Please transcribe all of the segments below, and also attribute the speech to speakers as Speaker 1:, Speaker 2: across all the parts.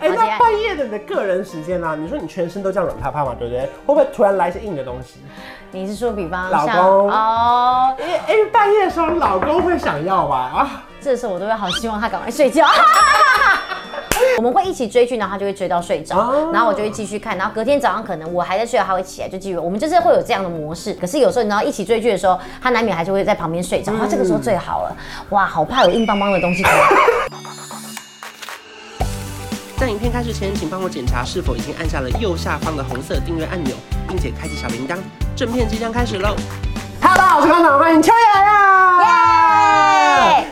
Speaker 1: 哎，
Speaker 2: 好
Speaker 1: 那
Speaker 2: 姐
Speaker 1: 半夜的你的个人时间呢、你说你全身都这样软趴趴嘛，对不对？会不会突然来一些硬的东西？
Speaker 2: 你是说，比方
Speaker 1: 老
Speaker 2: 像
Speaker 1: 公
Speaker 2: 哦，
Speaker 1: 哎、哎，半夜的时候老公会想要吧？啊，
Speaker 2: 这时候我都会好希望他赶快睡觉。 我们会一起追剧，然后他就会追到睡着，
Speaker 1: 哦
Speaker 2: 然后我就会继续看，然后隔天早上可能我还在睡觉，他会起来就继续。我们就是会有这样的模式。可是有时候你知道一起追剧的时候，他难免还是会在旁边睡着，他这个时候
Speaker 1: 嗯
Speaker 2: 最好了。哇，好怕有硬邦邦的东西出来。
Speaker 3: 在影片开始前，请帮我检查是否已经按下了右下方的红色订阅按钮，并且开启小铃铛。正片即将开始喽！
Speaker 1: 哈喽，大家好，我是康长，欢迎秋叶啦！
Speaker 2: 耶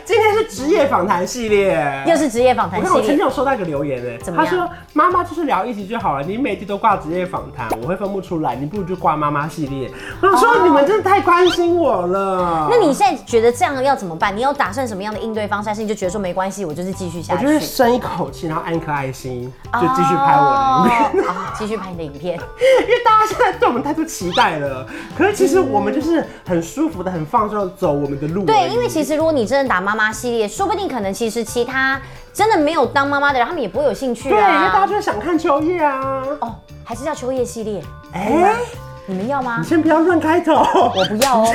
Speaker 1: 今天是职业访谈系列，
Speaker 2: 又是职业访
Speaker 1: 我
Speaker 2: 谈
Speaker 1: 看
Speaker 2: 系
Speaker 1: 我前天
Speaker 2: 列，
Speaker 1: 有收到一个留言哎，
Speaker 2: 怎么
Speaker 1: 他
Speaker 2: 样
Speaker 1: 说妈妈就是聊一集就好了，你每集都挂职业访谈，我会分不出来，你不如就挂妈妈系列。我想说你们真的太关心我了。
Speaker 2: 哦那你现在觉得这样要怎么办？你有打算什么样的应对方式？还是你就觉得说没关系，我就是继续下
Speaker 1: 我
Speaker 2: 去？
Speaker 1: 就是深一口气，然后按一颗爱心，就继续拍我的影片。
Speaker 2: 哦，哦继续拍你的影片。
Speaker 1: 因为大家现在对我们太多期待了，可是其实我们就是很舒服的、很放松的走我们的路而已。
Speaker 2: 对，因为其实如果你真的打妈妈系列，说不定可能其实其他真的没有当妈妈的人，他们也不会有兴趣
Speaker 1: 对，因为大家
Speaker 2: 啊。
Speaker 1: 就是想看秋叶啊。
Speaker 2: 哦，还是叫秋叶系列，
Speaker 1: 哎、
Speaker 2: 你们要吗
Speaker 1: 你？先不要乱开头。
Speaker 2: 我不要哦。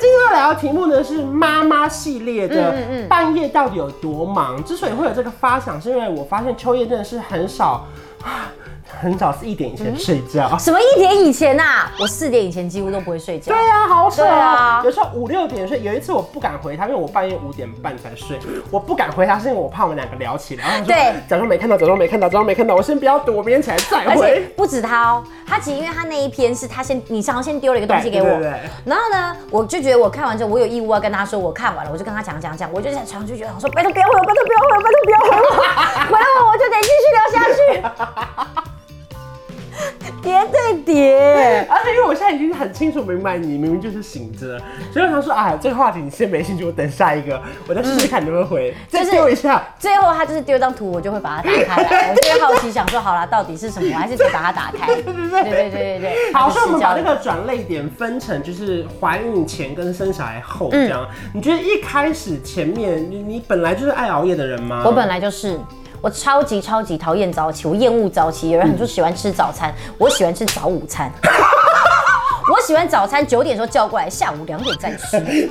Speaker 1: 今天要聊的题目呢是妈妈系列的
Speaker 2: 嗯嗯嗯
Speaker 1: 半夜到底有多忙？之所以会有这个发想，是因为我发现秋叶真的是很少，啊很少是一点以
Speaker 2: 嗯
Speaker 1: 前睡觉。
Speaker 2: 什么一点以前呐、我四点以前几乎都不会睡觉
Speaker 1: 对。呀、好扯
Speaker 2: 对
Speaker 1: 啊！
Speaker 2: 啊
Speaker 1: 有时候五六点睡，有一次我不敢回他，因为我半夜五点半才睡，我不敢回他是因为我怕我们两个聊起来，然后我就
Speaker 2: 对
Speaker 1: 假装没看到，假装没看到，假装没看到，我先不要躲，我明天起来再
Speaker 2: 而且
Speaker 1: 回。
Speaker 2: 不止他哦，他其实因为他那一篇是他先，你好像先丢了一个东西给我
Speaker 1: 对对对对，
Speaker 2: 然后呢，我就觉得我看完之后，我有义务要跟他说我看完了，我就跟他讲讲讲，我就在床上就觉得我说拜托不要回我，拜托不要回我，拜托不要回我，回我我就得继续聊下去，叠对叠。
Speaker 1: 而且因为我现在已经很清楚明白你明明就是醒着，所以我想说，哎，这个话题你先没兴趣，我等下一个，我再试试看你会不会回，再
Speaker 2: 就是
Speaker 1: 丢一下。
Speaker 2: 最后他就是丢一张图，我就会把它打开来，我就会好奇想说，好啦，到底是什么？我还是得把它打开。对对对对对对。
Speaker 1: 好，
Speaker 2: 它就
Speaker 1: 所以我们
Speaker 2: 失焦
Speaker 1: 把
Speaker 2: 了
Speaker 1: 这个转泪点分成就是怀孕前跟生小孩后这样。你觉得一开始前面你你本来就是爱熬夜的人吗？
Speaker 2: 我本来就是，我超级超级讨厌早起，我厌恶早起。有人很就喜欢吃早餐，我喜欢吃早午餐。 我喜欢早餐九点的时候叫过来，下午两点再吃。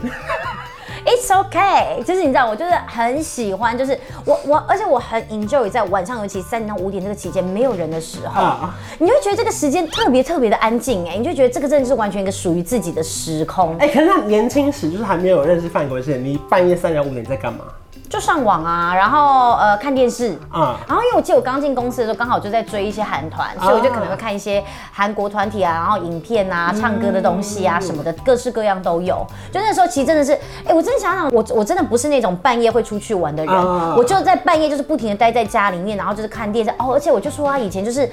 Speaker 2: It's okay，就是你知道，我就是很喜欢，就是我我，而且我很 enjoy 在晚上，尤其三点到五点这个期间没有人的时候，
Speaker 1: 啊
Speaker 2: 你会觉得这个时间特别特别的安静哎、你就觉得这个真的是完全一个属于自己的时空。
Speaker 1: 哎、可是那年轻时就是还没有认识范国贤，你半夜三点五点在干嘛？
Speaker 2: 就上网啊，然后呃看电视
Speaker 1: 啊
Speaker 2: 啊，然后因为我记得我刚进公司的时候，刚好就在追一些韩团，所以我就可能会看一些韩国团体啊，然后影片啊、唱歌的东西啊什么的，各式各样都有。就那时候其实真的是，哎，我真的想想，我我真的不是那种半夜会出去玩的人，
Speaker 1: 啊
Speaker 2: 我就在半夜就是不停的待在家里面，然后就是看电视。哦，而且我就说啊，以前就是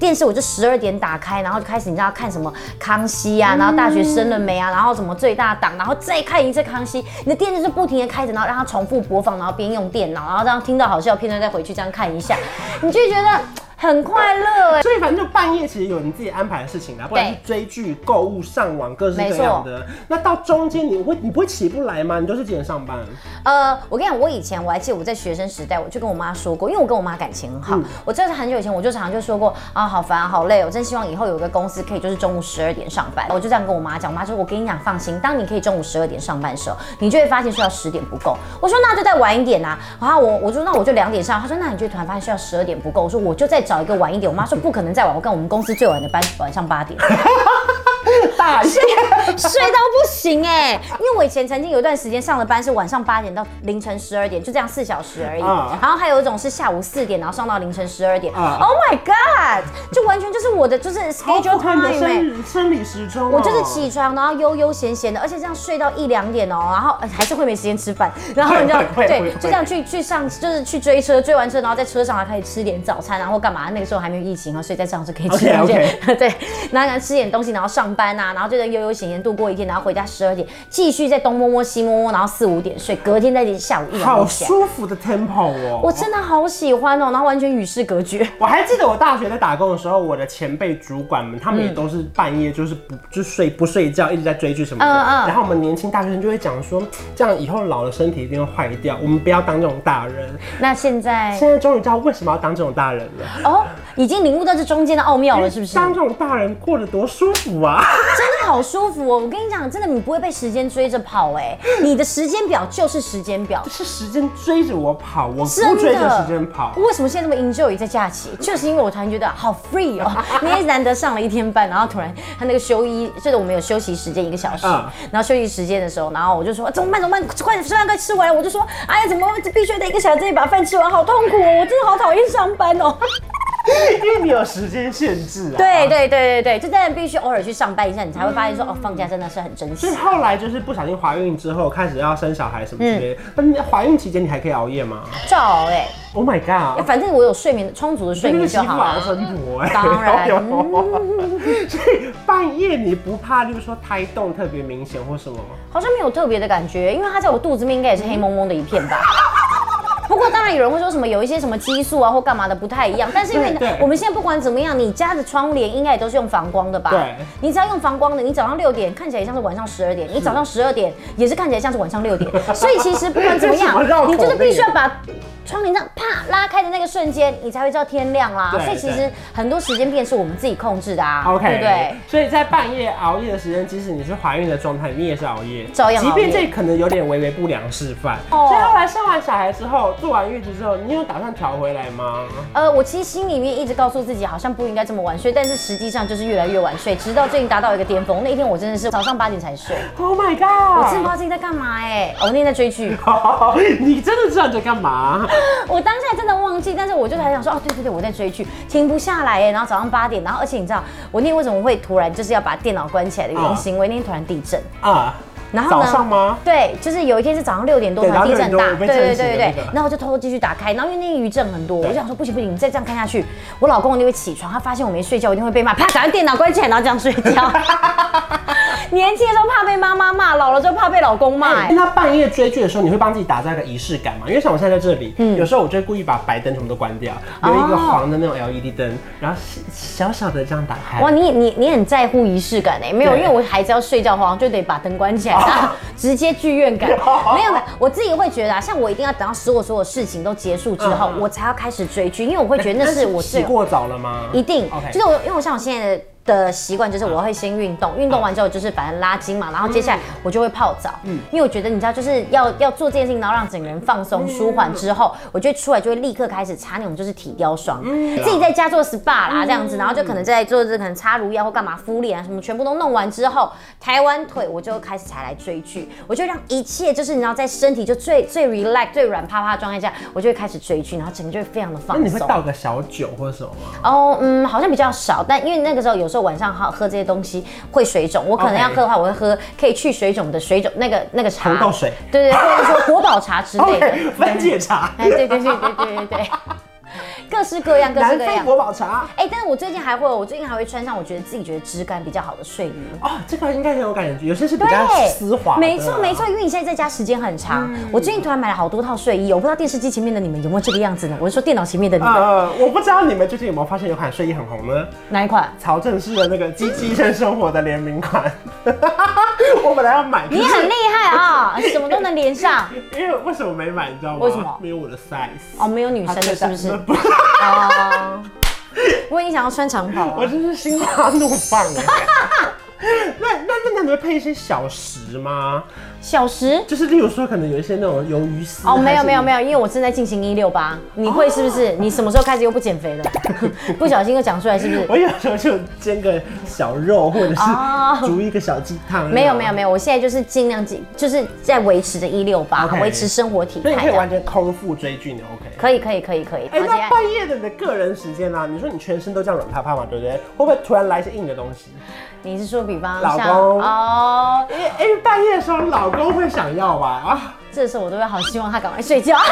Speaker 2: 电视我就十二点打开，然后就开始你知道看什么康熙啊，然后大学生了没啊，然后什么最大档，然后再看一次康熙，你的电视就不停的开着，然后让它重复播放，然后边用电脑，然后这样听到好笑的片段再回去这样看一下，你就会觉得很快乐哎、
Speaker 1: 所以反正就半夜其实有你自己安排的事情啊啦，不管是追剧、购物、上网，各式各样的。那到中间你会你不会起不来吗？你都是几点上班？
Speaker 2: 呃，我跟你讲，我以前我还记得我在学生时代，我就跟我妈说过，因为我跟我妈感情很好，我真的是很久以前我就常常就说过啊，好烦、啊，好累哦，我真希望以后有一个公司可以就是中午十二点上班。我就这样跟我妈讲，我妈说，我跟你讲，放心，当你可以中午十二点上班的时候，你就会发现睡到十点不够。我说那就再晚一点啊，然后我我说那我就两点上，她说那你就突然发现睡到十二点不够，我说我就再找一个晚一点。我妈说不可能再晚，我看我们公司最晚的班是晚上八点。
Speaker 1: 大夜。
Speaker 2: 睡到不行哎、因为我以前曾经有一段时间上的班是晚上八点到凌晨十二点，就这样四小时而已。
Speaker 1: 啊
Speaker 2: 然后还有一种是下午四点，然后上到凌晨十二点。
Speaker 1: 啊
Speaker 2: oh my god！就完全就是我的就是
Speaker 1: 好符
Speaker 2: schedule
Speaker 1: 合你的
Speaker 2: time 哎、
Speaker 1: 生日生理时钟、哦
Speaker 2: 我就是。起床，然后悠悠闲闲的，而且这样睡到一两点哦、然后、呃还是会没时间吃 饭，然后你知道
Speaker 1: 会会会会
Speaker 2: 对，就这样去去上就是去追车，追完车然后在车上还可以吃点早餐，然后干嘛？那个时候哦还没有疫情啊，所以在车上是可以吃
Speaker 1: OK，OK
Speaker 2: 东西，对，然后可能吃点东西，然后上班啊，然后就在悠悠闲闲点度过一天，然后回家十二点继续再东摸摸西摸摸，然后四五点睡，隔天再下午一两
Speaker 1: 好
Speaker 2: 点起来。
Speaker 1: 舒服的 tempo 哦。
Speaker 2: 我真的好喜欢哦，然后完全与世隔绝。
Speaker 1: 我还记得我大学在打工的时候，我的前辈主管们，他们也都是半夜就是不就睡不睡觉，一直在追剧什么的。
Speaker 2: 嗯嗯
Speaker 1: 然后我们年轻大学生就会讲说，这样以后老了身体一定会坏掉，我们不要当这种大人。
Speaker 2: 那现在
Speaker 1: 现在终于知道为什么要当这种大人了，
Speaker 2: 哦，已经领悟到这中间的奥妙了，是不是？
Speaker 1: 当这种大人过得多舒服啊！
Speaker 2: 真的好舒服哦！我跟你讲，真的你不会被时间追着跑 哎、你的时间表就是时间表。
Speaker 1: 是时间追着我跑，我不
Speaker 2: 真的
Speaker 1: 追着时间跑。
Speaker 2: 为什么现在这么 enjoy 在假期？就是因为我突然觉得好 free 哦，你也难得上了一天班，然后突然他那个休一，就是我们有休息时间一个小时，
Speaker 1: 嗯
Speaker 2: 然后休息时间的时候，然后我就说、啊怎么办怎么办，快点吃饭快吃完，我就说哎呀怎么办必须得一个小时之内把饭吃完，好痛苦哦，我真的好讨厌上班 哦。
Speaker 1: 因为你有时间限制啊。
Speaker 2: 对。对对对对，就真的必须偶尔去上班一下，你才会发现说哦放假真的是很珍
Speaker 1: 所以
Speaker 2: 惜。
Speaker 1: 后来就是啊不小心怀孕之后，开始要生小孩什么之类的。那你怀孕期间你还可以熬夜吗
Speaker 2: 照哎、
Speaker 1: ？Oh my
Speaker 2: 欸
Speaker 1: god！
Speaker 2: 反正我有睡眠充足的睡
Speaker 1: 这就
Speaker 2: 眠
Speaker 1: 是媳
Speaker 2: 就
Speaker 1: 妇
Speaker 2: 好了
Speaker 1: 熬。生活哎、
Speaker 2: 当然
Speaker 1: 所以半夜你不怕，就是说胎动特别明显或什么吗？
Speaker 2: 好像没有特别的感觉，因为它在我肚子里面应该也是黑蒙蒙的一片 吧。不过当然有人会说什么有一些什么激素啊或干嘛的不太一样，但是因为呢
Speaker 1: 对对
Speaker 2: 我们现在不管怎么样，你家的窗帘应该也都是用防光的吧？
Speaker 1: 对
Speaker 2: 你只要用防光的，你早上六点看起来也像是晚上十二点，你早上十二点也是看起来像是晚上六点，所以其实不管怎么
Speaker 1: 这是什么绕口令
Speaker 2: 样，你就是必须要把窗帘这样啪拉开的那个瞬间，你才会知道天亮啦。
Speaker 1: 对
Speaker 2: 所以其
Speaker 1: 对
Speaker 2: 实很多时间变是我们自己控制的啊
Speaker 1: OK，
Speaker 2: 对不对？
Speaker 1: 所以在半夜熬夜的时间，即使你是怀孕的状态，你也是熬夜，
Speaker 2: 照样熬
Speaker 1: 即
Speaker 2: 夜
Speaker 1: 便这可能有点微微不良示范。
Speaker 2: 哦
Speaker 1: 所以后来生完小孩之后，做完月子之后，你有打算调回来吗？
Speaker 2: 呃，我其实心里面一直告诉自己好像不应该这么晚睡，但是实际上就是越来越晚睡，直到最近达到一个巅峰。那一天我真的是早上八点才睡，
Speaker 1: Oh my
Speaker 2: 我
Speaker 1: god！
Speaker 2: 真的不知道自己在干嘛哎、哦我那天在追剧，
Speaker 1: 你真的知道你在干嘛？
Speaker 2: 我当下真的忘记，但是我就还想说，哦，对对对，我在追剧，停不下来哎、然后早上八点，然后而且你知道我那天为什么会突然就是要把电脑关起来的原因，
Speaker 1: 啊
Speaker 2: 是因为那天突然地震。
Speaker 1: 啊，
Speaker 2: 然后
Speaker 1: 早
Speaker 2: 呢？
Speaker 1: 上吗？
Speaker 2: 对，就是有一天是早上六点多
Speaker 1: 对
Speaker 2: 突然地
Speaker 1: 然后
Speaker 2: 震大，
Speaker 1: 六点多我被
Speaker 2: 对对对
Speaker 1: 震醒
Speaker 2: 对
Speaker 1: 的那
Speaker 2: 对
Speaker 1: 个。
Speaker 2: 然后我就偷偷继续打开，然后因为那天余震很多，我就想说不行不行，你再这样看下去，我老公一定会起床，他发现我没睡觉，我一定会被骂，啪，赶快电脑关起来，然后这样睡 觉。年轻的时候怕被妈妈骂，老了之后怕被老公骂、哎
Speaker 1: 那半夜追剧的时候，你会帮自己打造一个仪式感吗？因为像我现在在这里，有时候我就会故意把白灯全部都关掉，有一个
Speaker 2: 嗯哦
Speaker 1: 黄的那种 LED 灯，然后小小的这样打开。
Speaker 2: 哇，你你你很在乎仪式感哎、没有，
Speaker 1: 对
Speaker 2: 因为我孩子要睡觉，好像就得把灯 关起来，直接剧院感。
Speaker 1: 哦
Speaker 2: 没有，我自己会觉得啊，像我一定要等到所有所有事情都结束之后，
Speaker 1: 嗯
Speaker 2: 我才要开始追剧，因为我会觉得那是我
Speaker 1: 洗
Speaker 2: 最
Speaker 1: 过澡了吗？
Speaker 2: 一定
Speaker 1: 嗯 OK
Speaker 2: 就是我，因为我像我现在的。的习惯就是我会先运动，
Speaker 1: 嗯
Speaker 2: 运动完之后就是反正拉筋嘛，然后接下来我就会泡澡，
Speaker 1: 嗯
Speaker 2: 因为我觉得你知道就是要要做这件事情，然后让整个人放松舒缓之后，
Speaker 1: 嗯
Speaker 2: 我就会出来就会立刻开始擦那种就是体雕霜，自己在家做 SPA
Speaker 1: 嗯
Speaker 2: 啦这样子，然后就可能在做这可能擦乳液或干嘛敷脸啊什么，全部都弄完之后，抬完腿我就开始才来追剧，我就让一切就是你知道在身体就最最 relax 最软趴趴的状态下，我就会开始追剧，然后整个就会非常的放
Speaker 1: 那
Speaker 2: 松。
Speaker 1: 你会倒个小酒或者什么吗？
Speaker 2: 哦，嗯，好像比较少，但因为那个时候有时候晚上好喝这些东西会水肿，我可能
Speaker 1: OK
Speaker 2: 要喝的话，我会喝可以去水肿的水肿那个那个茶，
Speaker 1: 红豆水，
Speaker 2: 对对，或者说国宝茶之类的
Speaker 1: OK，分解茶，
Speaker 2: 哎，对对对对对对对， 各式各样，各式
Speaker 1: 南
Speaker 2: 各
Speaker 1: 非
Speaker 2: 样。
Speaker 1: 国宝茶。
Speaker 2: 哎、但是我最近还会，我最近还会穿上我觉得自己觉得质感比较好的睡衣。
Speaker 1: 哦，这个应该很有感觉，有些是比较
Speaker 2: 对，
Speaker 1: 丝滑的。嗯
Speaker 2: 没错没错，因为你现在在家时间很长，我最近突然买了好多套睡衣，我不知道电视机前面的你们有没有这个样子呢？我是说电脑前面的 你们，
Speaker 1: 呃，我不知道你们最近有没有发现有款睡衣很红呢？
Speaker 2: 哪一款？
Speaker 1: 曹正式的那个《鸡鸡生生活》的联名款， 我本来要买，
Speaker 2: 你很厉害啊、 什么都能连上。
Speaker 1: 因为为什么没买，你知道吗？
Speaker 2: 为什么
Speaker 1: 没有我的 size。
Speaker 2: 哦，没有女生的是不是？
Speaker 1: 不是，
Speaker 2: 哦， 我已经想要穿长袍啊
Speaker 1: 我
Speaker 2: 了。
Speaker 1: 真是心花怒放哎。 那那那那你会配一些小食吗？
Speaker 2: 小时
Speaker 1: 就是例如说，可能有一些那种鱿鱼丝。
Speaker 2: 哦，没有没有没
Speaker 1: 有。
Speaker 2: 有，因为我正在进行一六
Speaker 1: 哦
Speaker 2: 八，你会是不是？你什么时候开始又不减肥 了？不小心又讲出来是不是？
Speaker 1: 我有时候就煎个小肉，或者是
Speaker 2: 哦
Speaker 1: 煮一个小鸡汤。
Speaker 2: 没有没有没
Speaker 1: 有。
Speaker 2: 有，我现在就是尽量尽，就是在维持着一六八，
Speaker 1: OK
Speaker 2: 维持生活体
Speaker 1: 所以你
Speaker 2: 态
Speaker 1: 可以
Speaker 2: 这样
Speaker 1: 完。全空腹追剧，你 OK？
Speaker 2: 可以可以可以可以，
Speaker 1: 哎、
Speaker 2: 而
Speaker 1: 那
Speaker 2: 且
Speaker 1: 半夜的你的个人时间呢、啊？你说你全身都这样软趴趴嘛，对不对？会不会突然来一些硬的东 西？
Speaker 2: 你是说比方
Speaker 1: 老
Speaker 2: 像
Speaker 1: 公
Speaker 2: 哦，
Speaker 1: 哎、哎、半夜的时候老公会想要吧？啊，
Speaker 2: 这时候我都会好希望他赶快睡觉。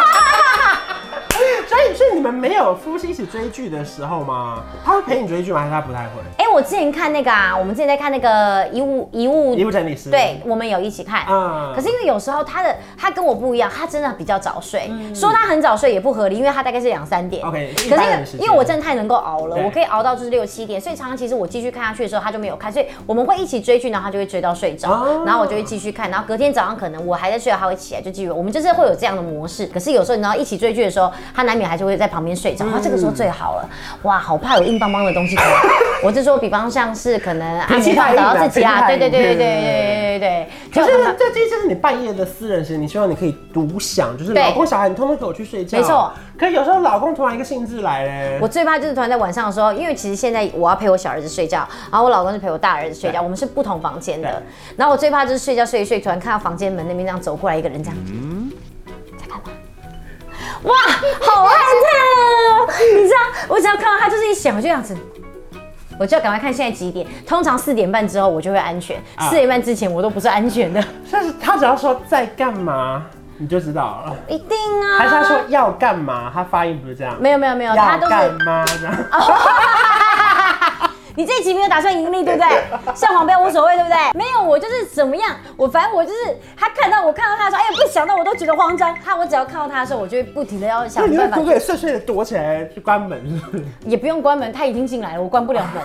Speaker 1: 所所以，所以你们没有夫妻一起追剧的时候吗？他会陪你追剧吗？还是他不太会？
Speaker 2: 哎、我之前看那个啊，我们之前在看那个遗物遗物
Speaker 1: 衣物整理师
Speaker 2: 对，我们有一起看。
Speaker 1: 啊
Speaker 2: 可是因为有时候他的他跟我不一样，他真的比较早睡。说他很早睡也不合理，因为他大概是两三点。
Speaker 1: 嗯 OK，一
Speaker 2: 可是
Speaker 1: 般
Speaker 2: 因为
Speaker 1: 人时间
Speaker 2: 因为我真的太能够熬了，
Speaker 1: 对
Speaker 2: 我可以熬到就是六七点，所以常常其实我继续看下去的时候，他就没有看，所以我们会一起追剧，然后他就会追到睡着，
Speaker 1: 哦
Speaker 2: 然后我就会继续看，然后隔天早上可能我还在睡，他会起来就继续。我们就是会有这样的模式。可是有时候你知道一起追剧的时候，他难免还是会在旁边睡着，他这个时候最好了，哇，好怕有硬邦邦的东西 出来。我是说，比方像是可能阿
Speaker 1: 脾气
Speaker 2: 米
Speaker 1: 太
Speaker 2: 放
Speaker 1: 硬
Speaker 2: 倒
Speaker 1: 了
Speaker 2: 到自己啊，
Speaker 1: 脾
Speaker 2: 对
Speaker 1: 气太
Speaker 2: 对
Speaker 1: 硬
Speaker 2: 对对
Speaker 1: 对
Speaker 2: 对
Speaker 1: 对
Speaker 2: 对对对，
Speaker 1: 可
Speaker 2: 就很
Speaker 1: 是
Speaker 2: 怕
Speaker 1: 这这就是你半夜的私人时间，你希望你可以独享，就是老
Speaker 2: 对
Speaker 1: 公小孩你通通给我去睡觉。
Speaker 2: 没错。
Speaker 1: 可是有时候老公突然一个兴致来嘞，
Speaker 2: 我最怕就是突然在晚上的时候，因为其实现在我要陪我小儿子睡觉，然后我老公是陪我大儿子睡觉，我们是不同房间的
Speaker 1: 对。
Speaker 2: 然后我最怕就是睡觉睡一睡，突然看到房间门那边这样走过来一个人，这样、在干嘛？哇，好害怕哦！ 你知道，我只要看到他就是一想，我就这样子。我就要赶快看现在几点。通常四点半之后我就会安全，
Speaker 1: 啊
Speaker 2: 四点半之前我都不是安全的。
Speaker 1: 但是他只要说在干嘛，你就知道了。
Speaker 2: 一定啊！
Speaker 1: 还是他说要干嘛？他发音不是这样，
Speaker 2: 没有没有没有，他
Speaker 1: 要
Speaker 2: 都
Speaker 1: 干
Speaker 2: 是啊
Speaker 1: 嘛这样？
Speaker 2: 你这一集没有打算盈利，对不对？上黄标无所谓，对不对？没有，我就是怎么样，我反正我就是他看到我看到他说，哎呀，不想到我都觉得慌张。他我只要看到他的时候，我就会不停的要
Speaker 1: 那
Speaker 2: 想
Speaker 1: 哎你会
Speaker 2: 办
Speaker 1: 鬼
Speaker 2: 法，
Speaker 1: 鬼祟祟的躲起来去关门，是不是
Speaker 2: 也不用关门，他已经进来了，我关不了门。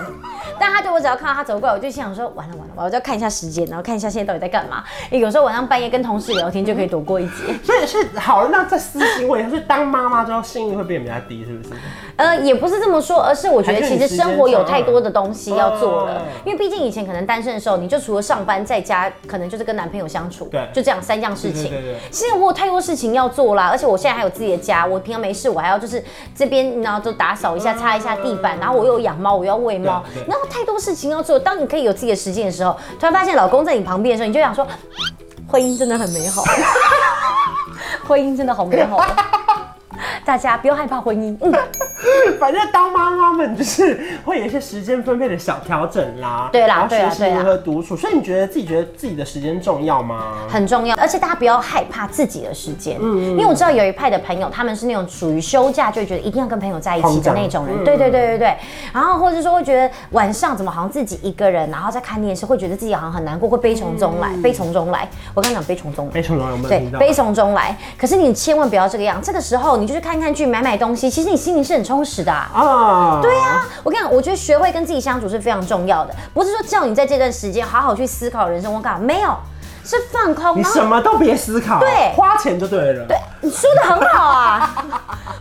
Speaker 2: 但他对我只要看到他走过来，我就心想说，完了完了，我就要看一下时间，然后看一下现在到底在干嘛。有时候晚上半夜跟同事聊天就可以躲过一劫。
Speaker 1: 所以是好，那在私心问一下，所以当妈妈之后幸运会变比较低，是不是？
Speaker 2: 呃，也不是这么说，而是我觉得其实生活有太多的东西要做了
Speaker 1: 嗯，
Speaker 2: 因为毕竟以前可能单身的时候，你就除了上班，在家可能就是跟男朋友相处，
Speaker 1: 对
Speaker 2: 就这样三样事情
Speaker 1: 对对对对。
Speaker 2: 现在我有太多事情要做啦，而且我现在还有自己的家，我平常没事我还要就是这边然后就打扫一下、擦一下地板，然后我又有养猫，我又要喂猫
Speaker 1: 对，对
Speaker 2: 然后太多事情要做。当你可以有自己的时间的时候，突然发现老公在你旁边的时候，你就想说，嗯婚姻真的很美 好，婚姻真的好美好。大家不要害怕婚姻，嗯。
Speaker 1: 反正当妈妈们就是会有一些时间分配的小调整啦，
Speaker 2: 对啦
Speaker 1: 然后
Speaker 2: 对啦
Speaker 1: 学习
Speaker 2: 对啦
Speaker 1: 如何独处。所以你觉得自己觉得自己的时间重要吗？
Speaker 2: 很重要，而且大家不要害怕自己的时间，因为我知道有一派的朋友，他们是那种属于休假就会觉得一定要跟朋友在一起的那种人，对对对对对。然后或者说会觉得晚上怎么好像自己一个人，然后在看电视，会觉得自己好像很难过，会悲从中来，悲从中来。我刚刚讲嗯悲从中来。
Speaker 1: 非常重要，有没有
Speaker 2: 对
Speaker 1: 听，到？
Speaker 2: 悲从中来。可是你千万不要这个样，这个时候你就去看看剧、买买东西，其实你心里是很充实的、啊。
Speaker 1: 啊，对呀、
Speaker 2: 啊我跟你讲，我觉得学会跟自己相处是非常重要的，不是说叫你在这段时间好好去思考人生，我干嘛没有，是放空。
Speaker 1: 你
Speaker 2: 然后
Speaker 1: 什么都别思考，
Speaker 2: 对
Speaker 1: 花钱就对了。对，
Speaker 2: 你说的很好啊，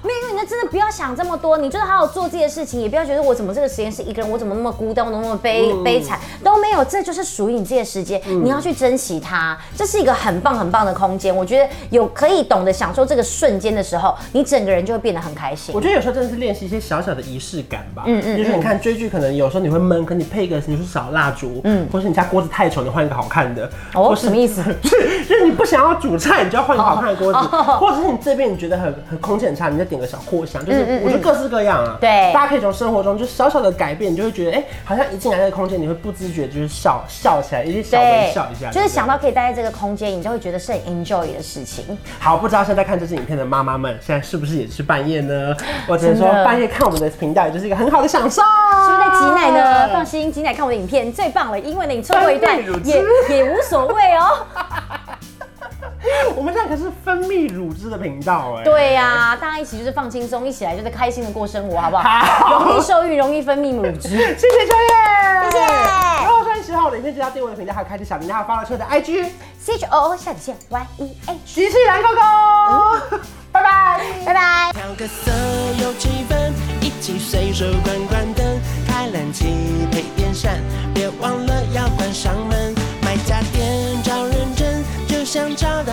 Speaker 2: 没有，因为你真的不要想这么多，你就是好好做自己的事情，也不要觉得我怎么这个时间是一个人，我怎么那么孤单，我怎么那么悲、
Speaker 1: 嗯
Speaker 2: 悲惨都没有，这就是属于你自己的时间，你要去珍惜它，这是一个很棒很棒的空间。我觉得有可以懂得享受这个瞬间的时候，你整个人就会变得很开心
Speaker 1: 我。觉得有时候真的是练习一些小小的仪式感吧。嗯嗯，就是你看追剧，可能有时候你会闷，可你配一个你说小蜡烛，嗯，或是你家锅子太丑，你换一个好看的。
Speaker 2: 哦，
Speaker 1: 或是
Speaker 2: 什么意思？ 哦
Speaker 1: 是，就是你不想要煮菜，你就要换一个好看的 锅子，或者是你这边你觉得很很空间很差，你再点个小扩香，就是我觉得各式各样啊。
Speaker 2: 嗯对
Speaker 1: 大家可以从生活中就小小的改变，你就会觉得，哎、好像一进来那个空间，你会不自觉就是笑笑起来，一些小微笑一下，
Speaker 2: 就是想
Speaker 1: 到
Speaker 2: 到可以待在这个空间，你就会觉得是很 enjoy 的事情。
Speaker 1: 好，不知道现在看这支影片的妈妈们，现在是不是也是半夜 呢？我只能说
Speaker 2: 真的
Speaker 1: 半夜看我们的频道，也就是一个很好的享受。是
Speaker 2: 是不是在挤奶呢？放心，挤奶看我的影片最棒了，因为呢，你错过一段
Speaker 1: 分泌乳汁
Speaker 2: 也也无所谓哦。
Speaker 1: 我们现在可是分泌乳汁的频道哎、。
Speaker 2: 对呀、大家一起就是放轻松，一起来就是开心的过生活，好不好？
Speaker 1: 好
Speaker 2: 容易受孕，容易分泌乳汁。
Speaker 1: 谢谢秋叶，
Speaker 2: 谢谢
Speaker 1: 如果说你喜欢我的影片，记得要订阅我的频道，还有开启小铃铛，还有 follow 秋叶的 IG。
Speaker 2: C H O O 下底线 Y E H，
Speaker 1: 徐世兰哥哥，
Speaker 2: 嗯
Speaker 1: 拜拜。
Speaker 2: 拜拜。
Speaker 3: 调个色，有气氛，一起随手关关灯，开冷气配电扇，别忘了要关上门。买家电找认真，就像找到